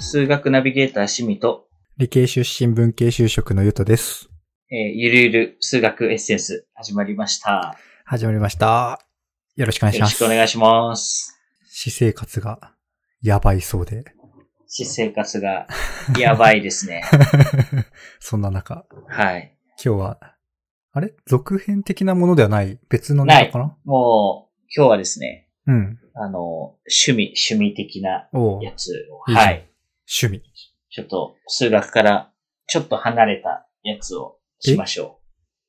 数学ナビゲーター趣味と、理系出身文系就職のゆとです。えーゆるゆる数学エッセンス始まりました。始まりました。よろしくお願いよろしましす。くお願いします。私生活がやばいそうで。 私生活がやばいですね。 そんな中、はい。今日は、あれ続編的なものではない別のネタかなもう、今日はですね、うん。あの、趣味、趣味的なおうやつを、いいじゃんはい。趣味。ちょっと数学からちょっと離れたやつをしましょ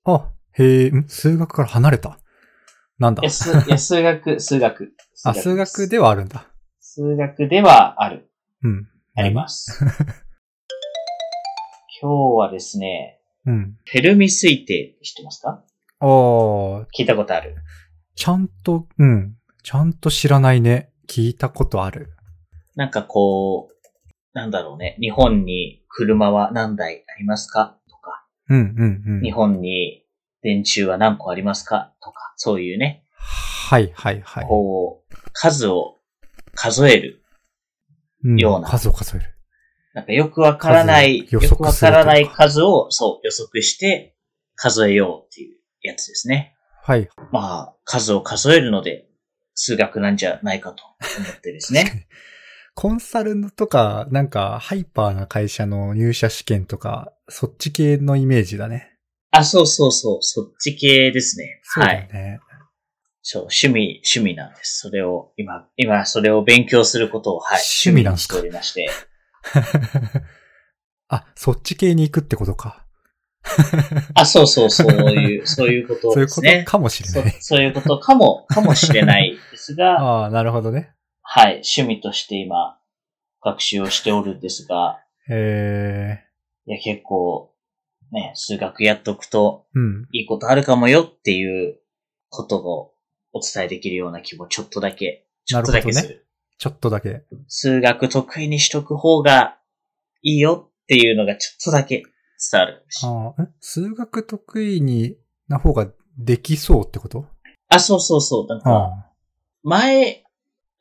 あ、へえ、ん数学から離れた。なんだう。いや、すいや数学、数学。 あ、数学。ではあるんだ。数学ではある。うん。あります。 今日はですね、何うん。フェルミ推定知ってますかあー、聞いたことある。ちゃんと、うん。ちゃんと知らないね。聞いたことある。なんかこう、なんだろうね。日本に車は何台ありますかとか、うん、うん、うん。日本に電柱は何個ありますかとか、そういうね、はい、はい、はい。こう、数を数える。うんような数を数える。なんかよくわからない、数よを予測するくわからない数を、そう、予測して数えようっていうやつですね。はい。まあ、数を数えるので、数学なんじゃないかと思ってですね。 コンサルとか、なんか、ハイパーな会社の入社試験とか、そっち系のイメージだね。あ、そうそうそう、そっち系ですね。そうはだよい。ね。そう、趣味、趣味なんです。それを、今、今、それを勉強することを、はい。趣味なんすか趣味にしておりまして。あ、そっち系に行くってことか。あ、そうそう、そう いう、そういうことそういでうすことね。かもしれない。そうそういうことかも、かもしれないですが、 ああ、なるほどね。はい、趣味として今、学習をしておるんですが、えいや、結構、ね、数学やっとくと、ー、うん。いいことあるかもよっていうことをお伝えできるような気もちょっとだけ、ちょっとだけなるほどねする。ちょっとだけ。数学得意にしとく方がいいよっていうのがちょっとだけ伝わる。あああ、ん数学得意にな方ができそうってことそうそうそう。なんか、ああ。前、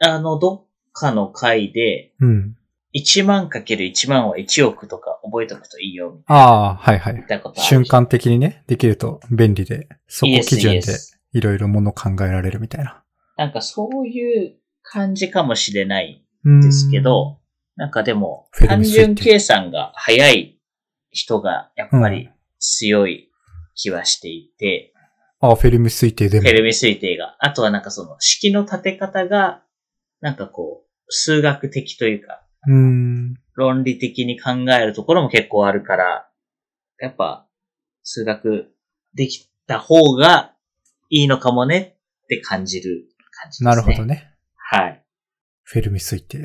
あの、どっかの回で、うん。 1万かける1万は1億とか覚えとくといいよ、みああ、はいは言いっ。たことある。瞬間的にね、できると便利で、そこ基準イエでスイエスいろいろもの考えられるみたいな。なんかそういう感じかもしれないうんですけど、なんかでもフ、ェル単ミ推定純計算が早い人がやっぱり強い気はしていて、あ、フェルミ推定でもテ。レビ推定が。あとはなんかその式の立て方が、なんかこう、数学的というか、うーん。論理的に考えるところも結構あるから、やっぱ、数学できた方がいいのかもねって感じる感じですね。なるほどね。はい。フェルミ推定。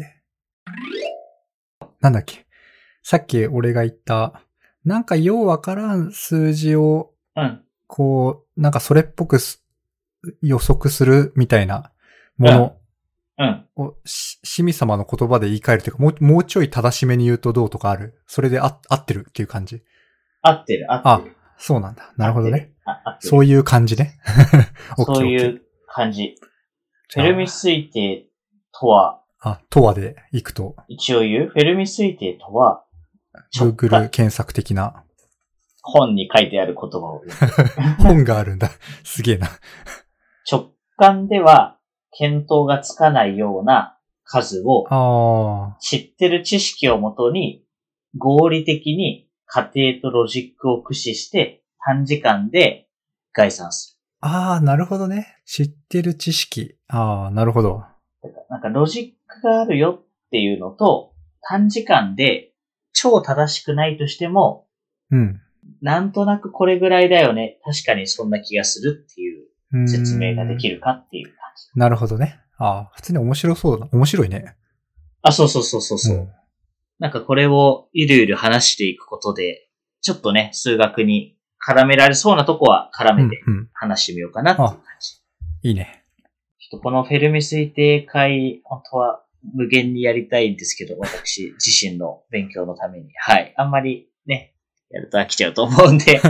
なんだっけ。さっき俺が言った、なんかようわからん数字を、うん。こう、なんかそれっぽくす予測するみたいなものうん。を、し、しみ様の言葉で言い換えるというか、もう、もうちょい正しめに言うとどうとかある。それであ合ってるっていう感じ。合ってる、合っあてる。、そうなんだ。なるほどね。あ。合ってる。そういう感じね。 オッケーそういオッケーう感じ。フじゃェあルミ推定とは、あ、とはで行くと、一応言うフェルミ推定とは、直感 Google 検索的な本に書いてある言葉を言う本があるんだ。 すげえな。直感では検討がつかないような数をああ。知ってる知識をもとに合理的に仮定とロジックを駆使して短時間で概算すああ、なるほどね。知ってる知識。ああ、なるほど。る。なんかロジックがあるよっていうのと短時間で超正しくないとしてもうん。なんとなくこれぐらいだよね。確かにそんな気がするっていううーん説明ができるかっていう感じ。なるほどね。ああ、普通に面白そうだな。面白いね。あ、そうそうそうそうそう。んなんかこれをゆるゆる話していくことで、ちょっとね、数学に絡められそうなとこは絡うめんてうん。話してみようかなっていう感じ。いいね。ちょっとこのフェルミ推定会、本当は無限にやりたいんですけど、私自身の勉強のために。はい。あんまりね、やると飽きちゃうと思うん で、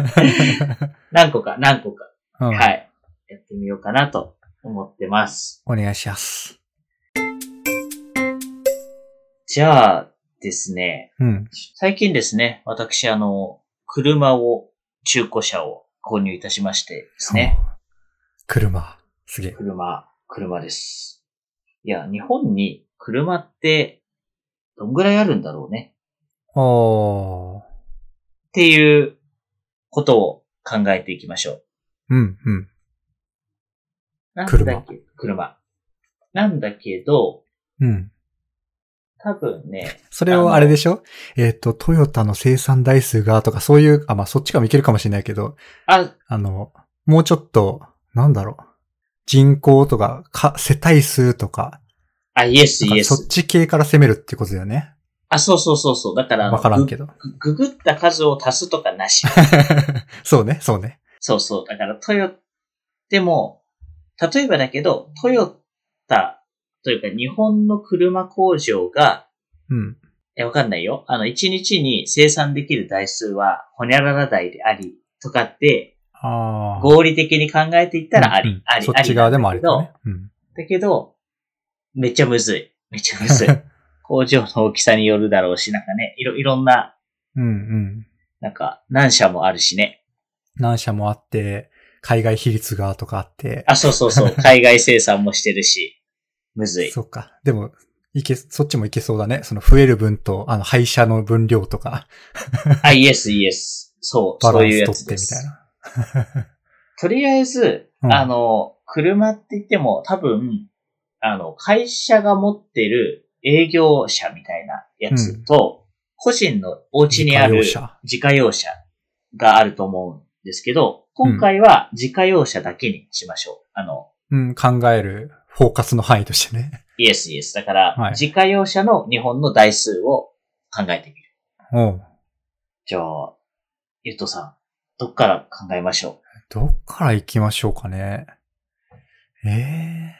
何個か何個か、うんはい。やってみようかなと思ってます。お願いします。じゃあですね、うん。最近ですね、私、あの、車を、中古車を購入いたしましてですね。そう。車。すげえ。車、車です。いや、日本に車って、どんぐらいあるんだろうね。あー。っていうことを考えていきましょう。うん、うん。なん車だっけ車。なんだけど、うん。多分ね、それをあれでしょえっ、と、トヨタの生産台数がとかそういう、あ、まあそっちからもいけるかもしれないけど、あ、あの、もうちょっと、なんだろう。人口とか、か、世帯数とか、あ、イエスなんイエかそっス。ち系から攻めるってことだよね。あ、そうそうそうそう。だからあのわからんけど。ぐぐぐった数を足すとかなし。 そうね、そうね。そうそう。だからトヨ、でも、例えばだけど、トヨタというか日本の車工場が、うん。え、わかんないよ。あの、1日に生産できる台数は、ほにゃらら台であり、とかって、ああ。合理的に考えていったらあり、うんうんあり、そあっりちな側んでだけど。もありだね。うん。だけど、めっちゃむずい。めっちゃむず い。工場の大きさによるだろうし、なんかね、いろ、いろんな、うん うん。なんか、何社もあるしね。何社もあって、海外比率がとかあって。あ、そうそう そう。海外生産もしてるし、むずい。そっか。でも、いけ、そっちもいけそうだね。その増える分と、あの、廃車の分量とか、あ、イエスイエス。そう、バラそういンうスや取っつてでみたいす。な。とりあえず、うんあの、車って言っても多分、あの、会社が持ってる営業車みたいなやつと、個人のお家にある自家用車自家用車があると思うんですけど、今回は自家用車だけにしましょう。あの、うん、考える、フォーカスの範囲としてね。 イエスイエス。だから、はい自家用車の日本の台数を考えてみる。おうじゃあ、ゆうとさん、どっから考えましょうどっから行きましょうかね。ええ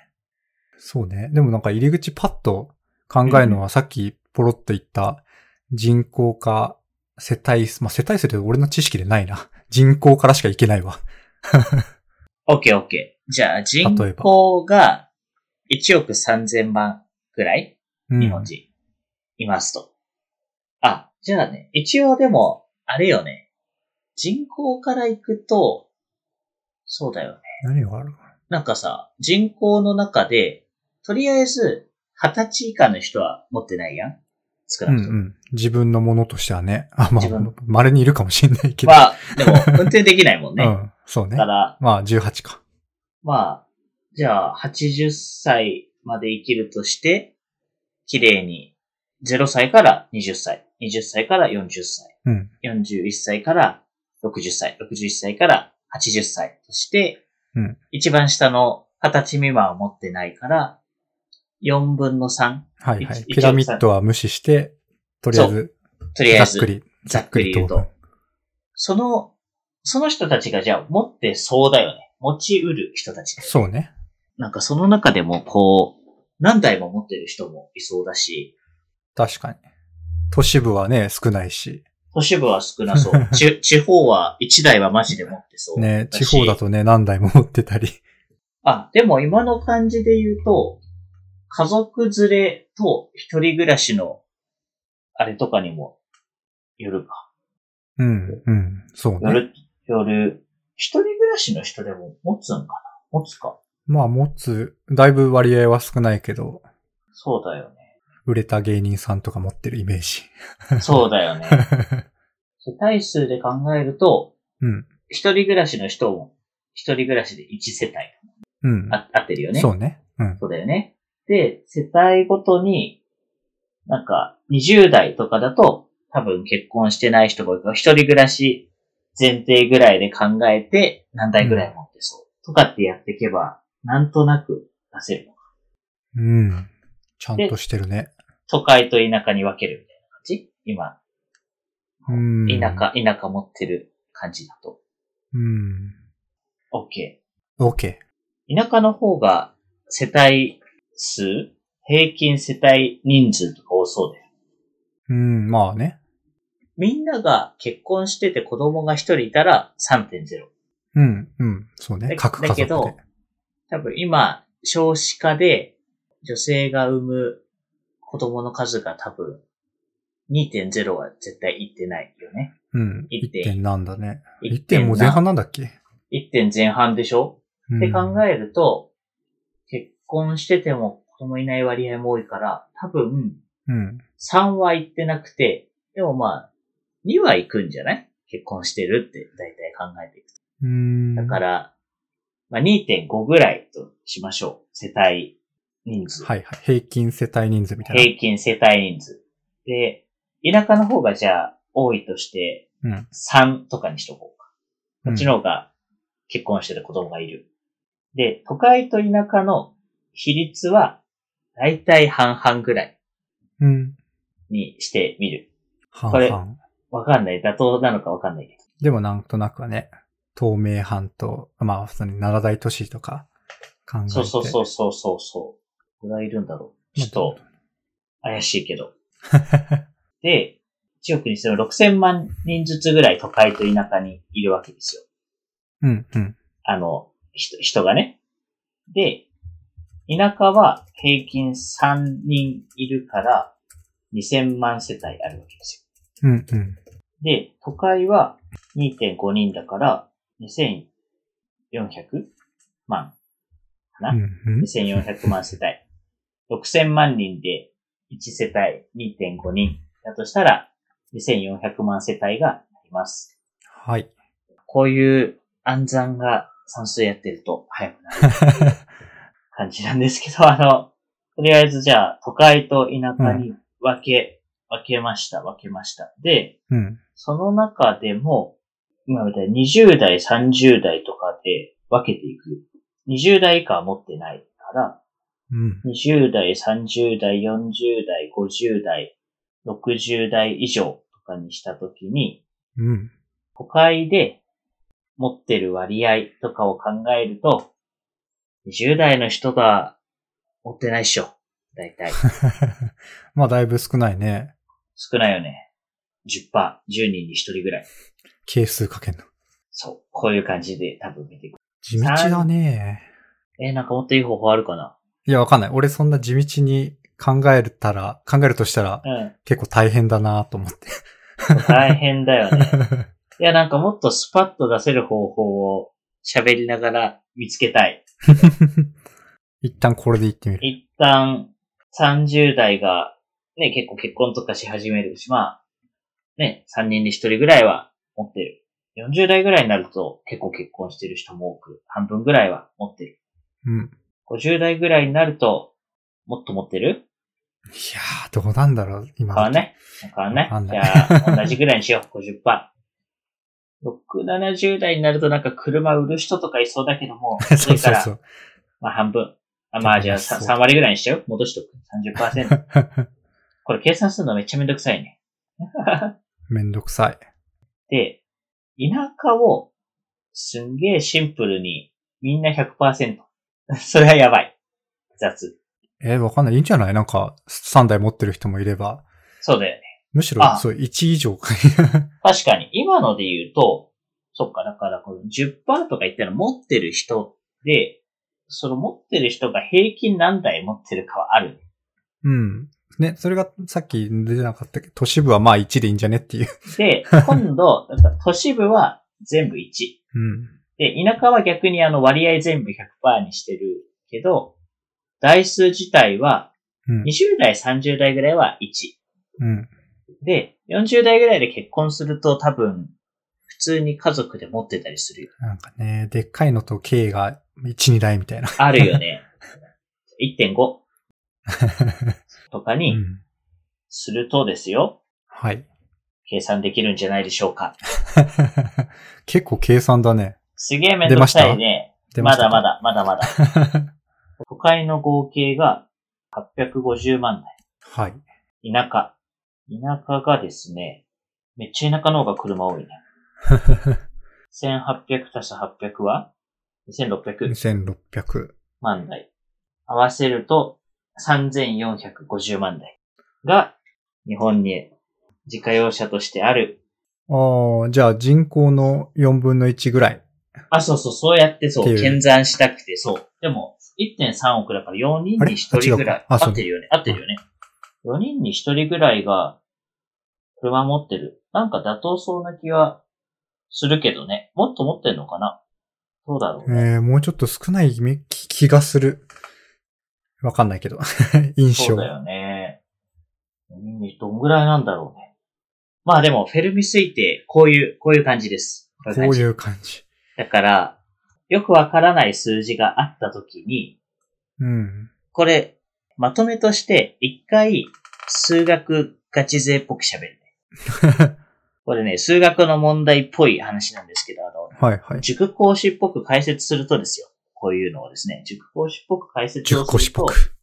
そうね。でもなんか入り口パッと考えるのはさっきポロッと言った人口か世帯数、まあ、世帯数って俺の知識でないな。人口からしか行けないわ。オッケーオッケー。じゃあ人例えば口が1億3000万ぐらいうん日本人いますと。あ、じゃあね、一応でも、あれよね。人口から行くと、そうだよね。何があるなんかさ、人口の中で、とりあえず、20歳以下の人は持ってないやん少うなんうくとも。ん。自分のものとしてはね。あ、まあ自分、稀にいるかもしれないけど。まあ、でも、運転できないもんね。 うん。そうねだか。ら、まあ、18か。まあ、じゃあ、80歳まで生きるとして、綺麗に、0歳から20歳、20歳から40歳、うん。 41歳から60歳、61歳から80歳として、うん一番下の20歳未満を持ってないから、4分の3、はいはい。一ピラミッドは無視して、とりあえず、とりあえざっくず、り、ざっくり言うとざっくその、その人たちがじゃあ持ってそうだよね。持ち得る人たちりだよねとそうね。なんかその中でもこう、何台も持ってる人もいそうだし、確かに。都市部はね、少ないし。都市部は少な そう。ち地方は1台はマジで持ってそうだし。ね、地方だ。とね、何台も持ってた り。あ、でも今の感じで言うと、家族連れと一人暮らしの、あれとかにも、よるか。うん、うん、そうよね。る、よる。一人暮らしの人でも持つんかな持つか。まあ、持つ、だいぶ割合は少ないけど、そうだよ ね。売れた芸人さんとか持ってるイメージ。そうだ よね。世帯数で考えると、うん、一人暮らしの人も、一人暮らしで1世帯。うん。あ合ってるよね。そうね。うん。そうだよね。で、世帯ごとに、なんか、20代とかだと、多分結婚してない人が多いから、一人暮らし前提ぐらいで考えて、何台ぐらい持ってそう。とかってやっていけば、なんとなく出せるの。うん。ちゃんとしてるね。都会と田舎に分けるみたいな感じ今、うん。田舎、田舎持ってる感じだと。うん。 OK。 OK。田舎の方が、世帯数平均世帯人数とか多そうだよねうん、まあね。みんなが結婚してて子供が一人いたら3.0。うん、うん、そうね。だ各家だ族けで。ど多分今、少子化で女性が産む子供の数が多分、2.0は絶対いってないよね。うん。 1.1 1点なんだね。1 1.7点も前半なんだっけ1点前半でしょって考え、えると、結婚してても子供いない割合も多いから、多分、うん。 3は行ってなくて、でもまあ、2は行くんじゃない結婚してるって大体考えていく。うん。、だからら、まあ2.5ぐらいとしましょう。世帯人数。はいはい。平均世帯人数みたい平均世帯人数。で、田舎の方がじゃあ多いとしてな。うん。 3とかにしとこうか。こっちの方が結婚してる子供がいる。で、都会と田舎の比率はだいたい半々ぐらいうん。にしてみる。半これ々。わかんない。妥当なのかわかんないけど。でもなんとなくはね、東名阪と、まあ、普通に七大都市とか考えて。そうそうそうそうそうそう。どれぐらいいるんだろう。ちょっと、怪しいけど。 で、1億にしても6000万人ずつぐらい都会と田舎にいるわけですよ。うん、うん。あの、人人がね。で、田舎は平均3人いるから2000万世帯あるわけですうん、うん。よ。で、都会は2.5人だから2400万。うん、うん。 2400万世帯。6000万人で1世帯2.5人。だとしたら、2400万世帯があります。はい。 こういう暗算が算数やってると早くなる感じなんですけど、 あの、とりあえずじゃあ、都会と田舎に分け、分けました、分けました。で、うん。その中でも、今みたいに20代、30代とかで分けていく。20代以下は持ってないから、うん。 20代、30代、40代、50代、60代以上とかにしたときに、うん。 都会で持ってる割合とかを考えると、20代の人が持ってないっしょ。だい たい。まあ、だいぶ少ないね。少ないよね。10%、10人に1人ぐらい。係数かけんの。そう。こういう感じで多分見ていく。地道だね。えーなんかもっといい方法あるかないや、わかんない。俺そんな地道に考えたら、考えるとしたらうん。結構大変だなと思って。大変だよね。いや、なんかもっとスパッと出せる方法を喋りながら見つけたい。一旦これで行ってみる。一旦、30代が、ね、結構結婚とかし始めるし、まあ、ね、3人に1人ぐらいは持ってる。40代ぐらいになると結構結婚してる人も多く、半分ぐらいは持ってる。うん。い50代ぐらいになると、もっと持ってるやー、どうなんだろう、今。変わんない変わんないわかんじないゃあ、同じぐらいにしよう。50%。6、70代になるとなんか車売る人とかいそうだけども、そ そうれかそうらそ、う。まあ半分。あまあじゃあ そう 3, 割ぐらいにしちゃう戻しとく。30%。これ計算するのめっちゃめんどくさいね。 めんどくさい。で、田舎をすんげえシンプルにみんな100%。それ はやばい。雑。えーわかんない。いいんじゃないなんか、3台持ってる人もいれば。そうだよね。むしろあ、そう、1以上か。 確かに、今ので言うと、そっか、だからこの10%とか言ったら持ってる人で、その持ってる人が平均何台持ってるかはある。うん。ね、それがさっき出てなかったけど、都市部はまあ1でいいんじゃねっていう。で、今度、だから都市部は全部1。うん。で、田舎は逆にあの割合全部100%にしてるけど、台数自体はうん。 20代、30代ぐらいは1。うん。で、40代ぐらいで結婚すると多分、普通に家族で持ってたりするよ。なんかね、でっかいのと K が1、2台みたいな。あるよね。1.5とかうにん。するとですよ、はい。 計算できるんじゃないでしょうか。結構計算だね。すげえめんどくさいね。出ましただかま。だ、まだまだ。都会の合計が850万台 はい。田舎。田舎がですね、めっちゃ田舎の方が車多いね。1800足す800は ?2600 2600。万台。合わせると3450万台が日本に自家用車としてある。ああ、じゃあ人口の4分の1ぐらい。あ、そうそう、そうやってそ、っていうう検算したくて、そう。でも、1.3億だから4人に1人ぐらあれい。あ違うかあ合そうってるよね、合ってるよね。 4人に1人ぐらいが車持ってる。なんか妥当そうな気はするけどね。もっと持ってんのかなどうだろうね。えー、もうちょっと少ない気み気気がする。わかんないけど。 印そ象う。だよね。4人にどんぐらいなんだろうね。まあでも、フェルミ推定、こういう、こういう感じです。こういうこ感うじいう感じ。だから、よくわからない数字があったときに、うん。 これ、まとめとして、一回、数学ガチ勢っぽく喋るね。これね、数学の問題っぽい話なんですけど、あの、はいはい。塾講師っぽく解説するとですよ。こういうのをですね、塾講師っぽく解説を10個すしっるとぽ、く。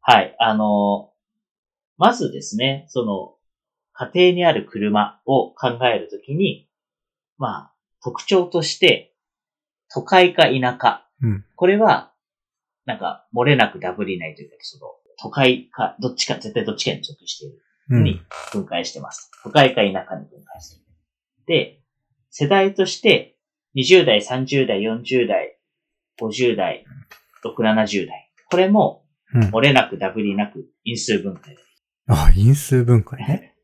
はい、あの、まずですね、その、家庭にある車を考えるときに、まあ、特徴として、都会か田舎。うんこれは、なんか、漏れなくダブりないというか、その、都会か、どっちか、絶対どっちかに属している。うん。に分解してます。都会か田舎に分解する。で、世代として、20代、30代、40代、50代、6、70代。これも、うん漏れなくダブりなく因数分解。あ、因数分解ね。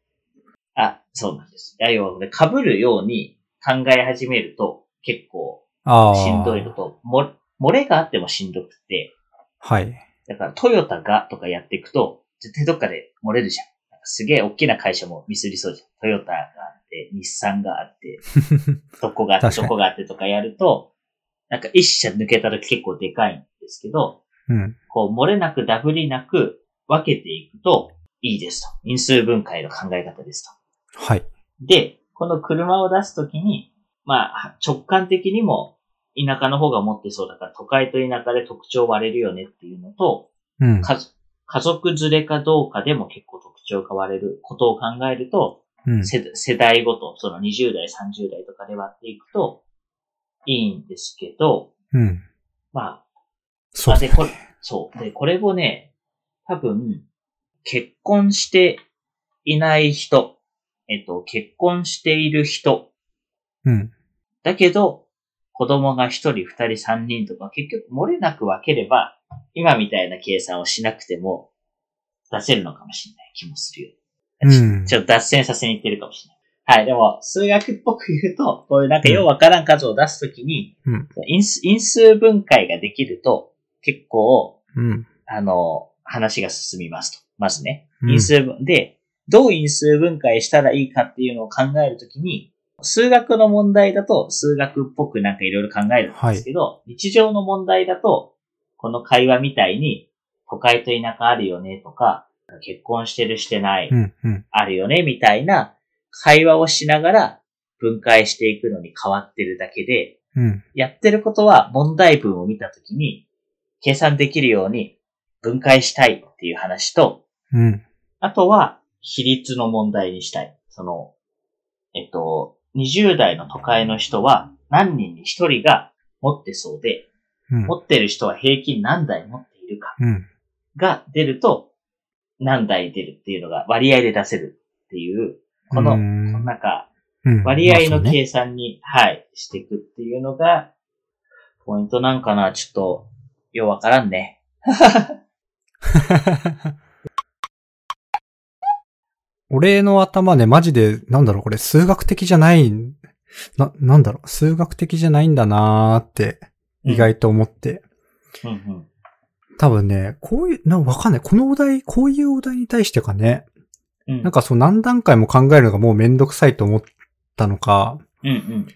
あ、そうなんです。いや要は、被るように考え始めると、結構ああ。しんどいのと、も漏れがあってもしんどくて、はい。だからトヨタがとかやっていくと、絶対どっかで漏れるじゃん。なんかすげえ大きな会社もミスりそうじゃん。トヨタがあって、日産があ って、どこがあっ確て、どかにこがあってとかやると、なんか一社抜けたら結構でかいんですけど、うん。こう漏れなくダブりなく分けていくといいですと。因数分解の考え方ですと。はい。で、この車を出すときに、まあ、直感的にも田舎の方が持ってそうだから、都会と田舎で特徴割れるよねっていうのと、うん。家族家族連れかどうかでも結構特徴が割れることを考えると、うん。世世代ごと、その20代、30代とかで割っていくといいんですけど、うん。まあ、そあうで、ね。これ、そう。で、これをね、多分、結婚していない人、えっと、結婚している人、うん。だけど、子供が一人、二人、三人とか、結局漏れなく分ければ、今みたいな計算をしなくても、出せるのかもしれない気もするよ。ちうんちょっと脱線させにいってるかもしれない。はい、でも、数学っぽく言うと、こういうなんかようわからん数を出すときに、うん因数、因数分解ができると、結構、うん。あの、話が進みますと。まずね。うん因数分、で、どう因数分解したらいいかっていうのを考えるときに、数学の問題だと数学っぽくなんかいろいろ考えるんですけど、日常の問題だと、この会話みたいに、都会と田舎あるよねとか、結婚してるしてない、うん。うん。あるよねみたいな会話をしながら分解していくのに変わってるだけで、うん。やってることは問題文を見たときに、計算できるように分解したいっていう話と、うん。あとは比率の問題にしたい。その、えっと、20代の都会の人は何人に1人が持ってそうで、うん。持ってる人は平均何台持っているかうん。が出ると、何台出るっていうのが割合で出せるっていう、この、うこんのなんか、うん割合のまあそうね計算に、はい、していくっていうのが、ポイントなんかな、ちょっと、ようわからんね。 俺の頭ね、マジで、なんだろう、これ数学的じゃない、な、なんだろう、数学的じゃないんだなーって、意外と思って。うんうん。多分ね、こういう、なんかわかんない。このお題、こういうお題に対してかね、うん。なんかそう何段階も考えるのがもうめんどくさいと思ったのか、うんうん。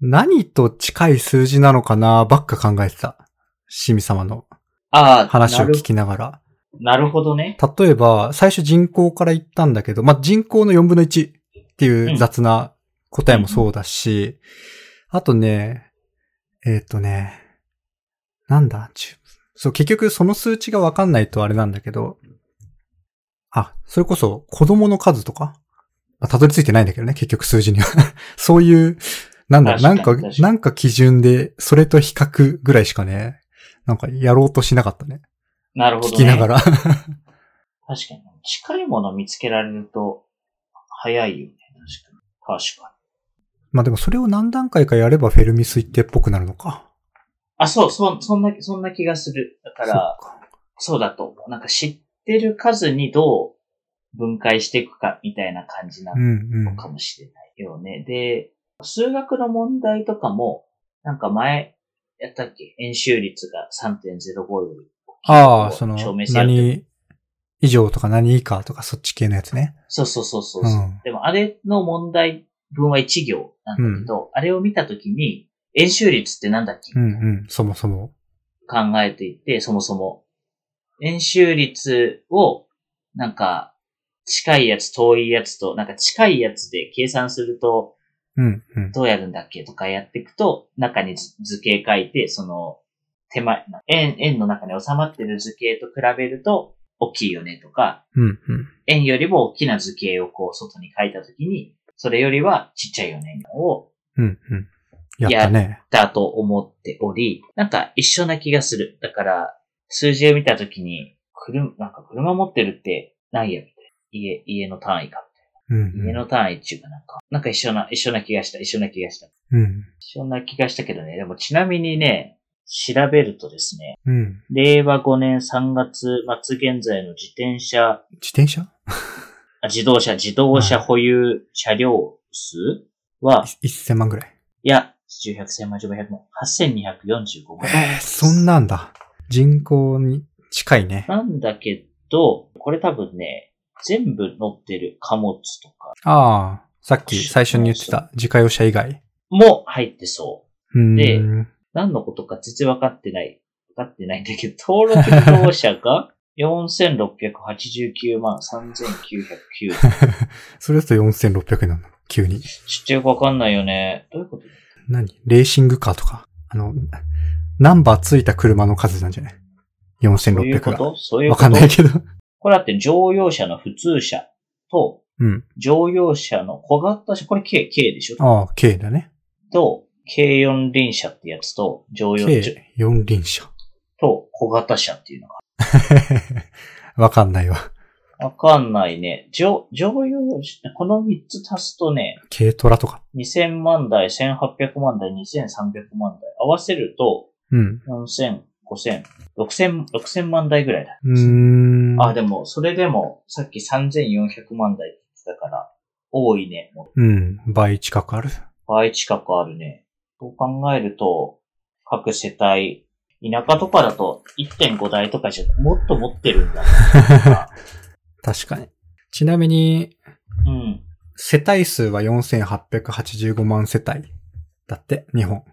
何と近い数字なのかなばっか考えてた。しみ様のああ、話をなる聞きながら。なるほどね。例えば、最初人口から言ったんだけど、まあ、人口の4分の1っていう雑な答えもそうだし、あとね、えっ、とね、なんだ、10そう、結局その数値がわかんないとあれなんだけど、あ、それこそ子供の数とか、まあ、たどり着いてないんだけどね、結局数字には。 そういう、なんだろう、なん確かかに確か、になんか基準で、それと比較ぐらいしかね、なんかやろうとしなかったね。なるほど、ね。聞きなが。ら。確かに。近いもの見つけられると、早いよね。確かに。確かに。まあでもそれを何段階かやればフェルミ推定っぽくなるのか。あ、そう、そ、そんな、そんな気がする。だから、そっかそうだと思う。なんか知ってる数にどう分解していくかみたいな感じなうのんうん。かもしれないよね。で、数学の問題とかも、なんか前、やったっけ演習率が3.05より大きいああ、その証明、せよって何以上とか何以下とかそっち系のやつね。そうそうそうそううそう、ん。でもあれの問題文は1行なんだけど、あれを見たときに、演習率ってなんだっけ、うんうん。そもそも。考えていて、そもそも。演習率を、なんか、近いやつ、遠いやつと、なんか近いやつで計算すると、うんうん。どうやるんだっけとかやっていくと、中に図図形書いて、その、手前、円、円の中に収まってる図形と比べると、大きいよねとか、うんうん。円よりも大きな図形をこう、外に書いたときに、それよりはちっちゃいよねを、うんうん。やったね。だと思っており、なんか一緒な気がする。だから、数字を見たときに、車、なんか車持ってるって何やみたいな。家、家の単位かうんみたいな。家うの単位っていうかなんか、なんか一緒な、一緒な気がした、一緒な気がした。ん。うん。一緒な気がしたけどね。でもちなみにね、調べるとですね、うん。令和5年3月末現在の自転車、自転車あ自動車、自動車保有車両数は、い ?1000 万ぐらい。いや、900、1000万、1500万、8245万。ええそんなんだ。人口に近いね。なんだけど、これ多分ね、全部乗ってる貨物とかああ、さっき最初に言ってた自家用車以外。も入ってそう。うーでん。何のことか全然分かってない。分かってないんだけど、登録利用者が 4689万3990。それだと4600円なの。急に。ちょっとよくわかんないよね。どういうこと何レーシングカーとか。あの、ナンバーついた車の数なんじゃないそういう ?4600 こが。とそういうわことかんない けど。これだって乗用車の普通車と、うん。乗用車の小型車、これ K、K でしょああ、K だね。と、軽4輪車ってやつと、乗用車 K、四輪車。 と小型車っていうのがわかんないわ。わかんないね。乗、乗用車、この3つ足すとね、軽トラとか。 2000万台、1800万台、2300万台。合わせると、うん。 4000、5000、6000、6000万台ぐらいだ。うーん。あ、でも、それでも、さっき3400万台って言ってたから、多いね。もううん。倍近く ある。倍近くあるね。そう考えると、各世帯、田舎とかだと1.5台とかじゃ、もっと持ってるんだな。確かに。ちなみに、うん。世帯数は4885万世帯。だって、日本。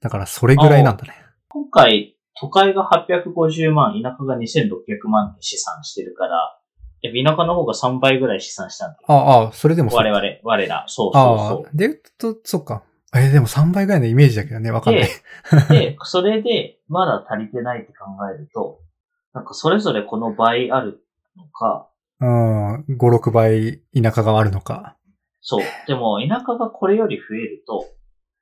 だから、それぐらいなんだね。今回、都会が850万、田舎が2600万って試算してるから、いや田舎の方が3倍ぐらい試算したんだよ。あああ、それでもそう我々、我ら。そうあそあ、で、と、そっか。えでも3倍ぐらいのイメージだけどね、わかんない。うそう。で、それで、まだ足りてないって考えると、なんかそれぞれこの倍あるのか、 うん、5、6倍田舎があるのか。そう。でも、田舎がこれより増えると、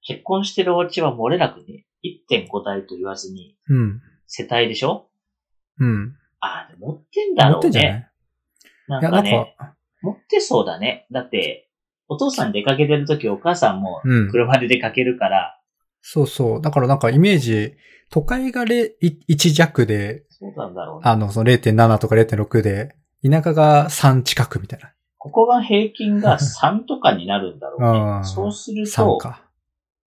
結婚してるお家は漏れなくね、1.5台と言わずに、うん。世帯でしょうん。ああ、でも持ってんだ持ろっうてんじゃないね。ないや、んなかんね。か、持ってそうだね。だって、お父さん出かけてるときお母さんもうん。車で出かけるから、そうそう。だからなんかイメージ、都会がれい1弱で、そうなんだろうね。あの、その0.7とか0.6で、田舎が3近くみたいな。ここが平均 が3とかになるんだろううんね。そうする3と、か。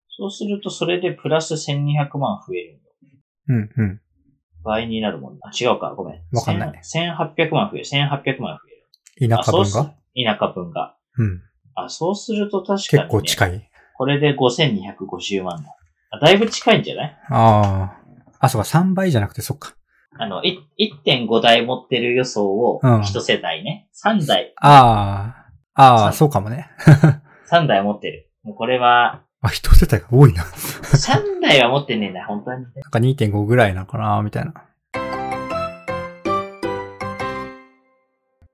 そうするとそれでプラス1200万増えるんだよ。うん、うん。倍になるもんね。あ、違うか、ごめん。わかんない千1800万増える、1800万増える。田あ舎そう分すが田舎分が。うん。あ、そうすると確かに、ね。結構近い。い。これで5250万だ。あだいぶ近いんじゃないああ。あ、そうか、3倍じゃなくて、そっか。あの、い1.5台持ってる予想をうん一世帯ね、3台ああ。ああ、そうそうかもね。 3台持ってる。もうこれ は、あ、一世帯が多いな。 3台は持ってねえんだ、本当に。なんか2.5ぐらいなのかな、みたいな。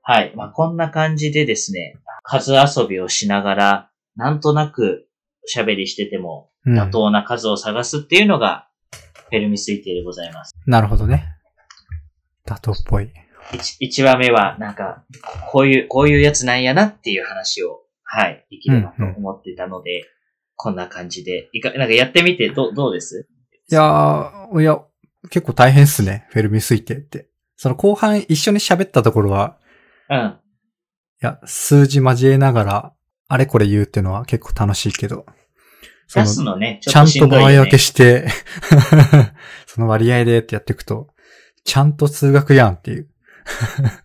はい。まあ、こんな感じでですね、数遊びをしながら、なんとなくおしゃべりしてても、うん。妥当な数を探すっていうのが、フェルミ推定でございます。なるほどね。妥当っぽい。 1, 話目は、なんか、こういう、こういうやつなんやなっていう話を、はい、できればと思ってたので、こんな感じで、いか、なんかやってみて、どう、どうですいやー、いや、結構大変っすね。フェルミ推定って。その後半一緒に喋ったところは、うん。や、数字交えながら、あれこれ言うっていうのは結構楽しいけど。そ出のすのね、ちちょゃっんとしとんどい、ね。場合分けして、 その割合でってやっていくと、ちゃんと数学やんっていう。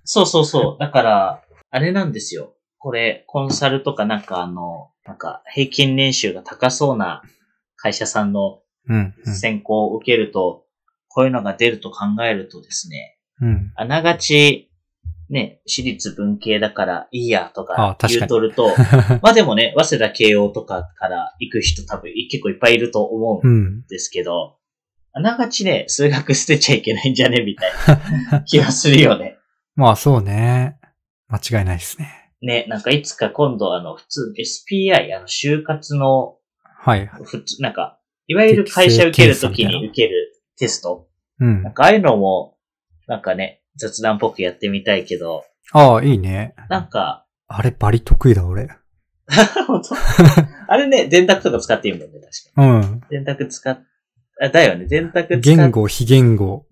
そうそうそう。だから、あれなんですよ。これ、コンサルとかなんかあの、なんか平均年収が高そうな会社さんのうん、選考を受けると、こういうのが出ると考えるとですね、うん。うん。あながち、ね、私立文系だからいいやとあか確言かにうとる と、まあでもね、早稲田慶応とかから行く人多分結構いっぱいいると思ううんん。ですけど、あながちね、数学捨てちゃいけないんじゃねみたいな気がするよね。まあそうね。間違いないですね。ね、なんかいつか今度あの、普通 SPI、あの、就活の、はい。普通、なんか、いわゆる会社受けるときに受けるテストうんなん。かああいうのも、なんかね、雑談っぽくやってみたいけど、ああ、いいね。なんか、 あれ、バリ得意だ、俺。本当あれね、電卓とか使っていいもんね、確かうん。に。電卓使っ、あ、だよね、電卓使言っ語、非言語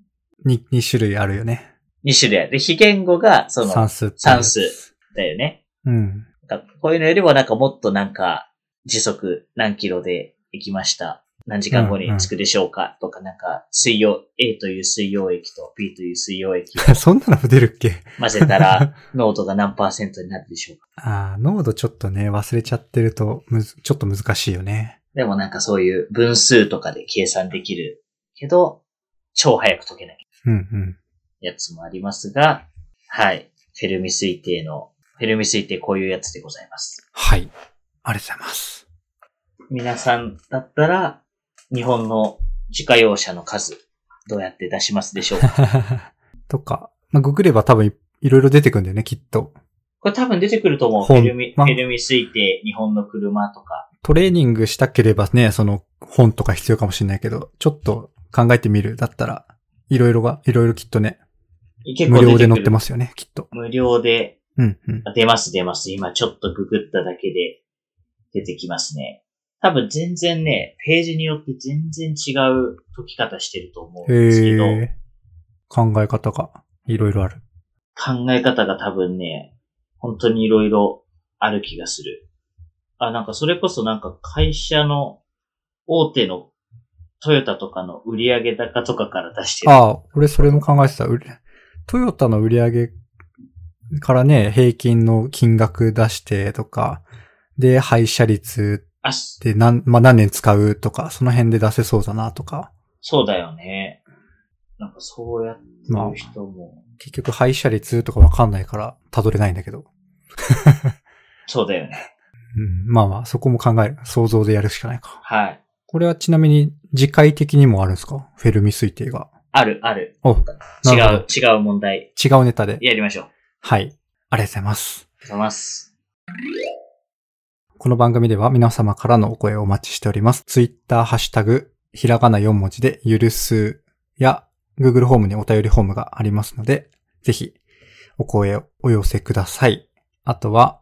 に2種類あるよね。 2種類ある。で、非言語が、その、算数っぽいやつ。算数だよね。うん。 なんかこういうのよりもなんかもっとなんか、時速何キロで行きました。何時間後に着くでしょうか、とか、なんか、水溶、A という水溶液と B という水溶 液をそんなの出るっけ混ぜたら、濃度が何パーセントになるでしょうか。ああ、濃度ちょっとね、忘れちゃってると、むず、ちょっと難しいよね。でもなんかそういう分数とかで計算できるけど、超早く解けなきゃうんうん。やつもありますが、はい。フェルミ推定の、フェルミ推定こういうやつでございます。はい。ありがとうございます。皆さんだったら、日本の自家用車の数、どうやって出しますでしょうか とか、まあ、ググれば多分いいろいろ出てくるんだよね、きっと。これ多分出てくると思う。フ本ェルミ、フまェルミ推定、日本の車とか。トレーニングしたければね、その本とか必要かもしれないけど、ちょっと考えてみるだったら、いろいろが、いろいろきっとね、結無構出てくる。。料で載ってますすよね、きっと。無料でうんうん。あ出ます出ます。今ちょっとググっただけで出てきますね。多分全然ね、ページによって全然違う解き方してると思うんですけど、へえ。考え方がいろいろある。考え方が多分ね、本当にいろいろある気がする。あ、なんかそれこそなんか会社の大手のトヨタとかの売上高とかから出してる。ああ、俺それも考えてた。うりトヨタの売り上げからね、平均の金額出してとか、で、廃車率あ、そで何、まあ、何年使うとか、その辺で出せそうだなとか、そうだよね。なんかそうやってまある人も、結局廃車率とかわかんないから、たどれないんだけど。そうだよね。うん、まあまあ、そこも考える。想像でやるしかないか。はい。これはちなみに、次回的にもあるんですかフェルミ推定が。ある、ある。お違なうる、違う問題。違うネタで。やりましょう。ありはい。ありがとうございます。がとうございます。この番組では皆様からのお声をお待ちしております。ツイッター、ハッシュタグ、ひらがな4文字で、ゆるすや、Google ホームにお便りホームがありますので、ぜひ、お声をお寄せください。あとは、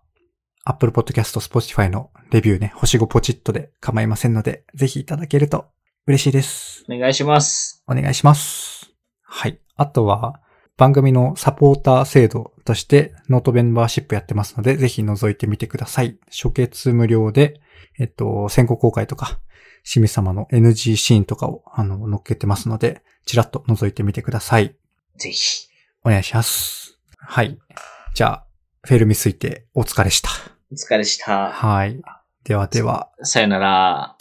Apple Podcast、Spotify のレビューね、星5ポチッとで構いませんので、ぜひいただけると嬉しいです。お願いします。お願いします。はい。あとは、番組のサポーター制度として、ノートメンバーシップやってますので、ぜひ覗いてみてください。初月無料で、えっと、先行公開とか、清水様の NG シーンとかを、あの、載っけてますので、ちらっと覗いてみてください。ぜひ。お願いします。はい。じゃあ、フェルミ推定、お疲れした。お疲れした。はい。ではでは。さよなら。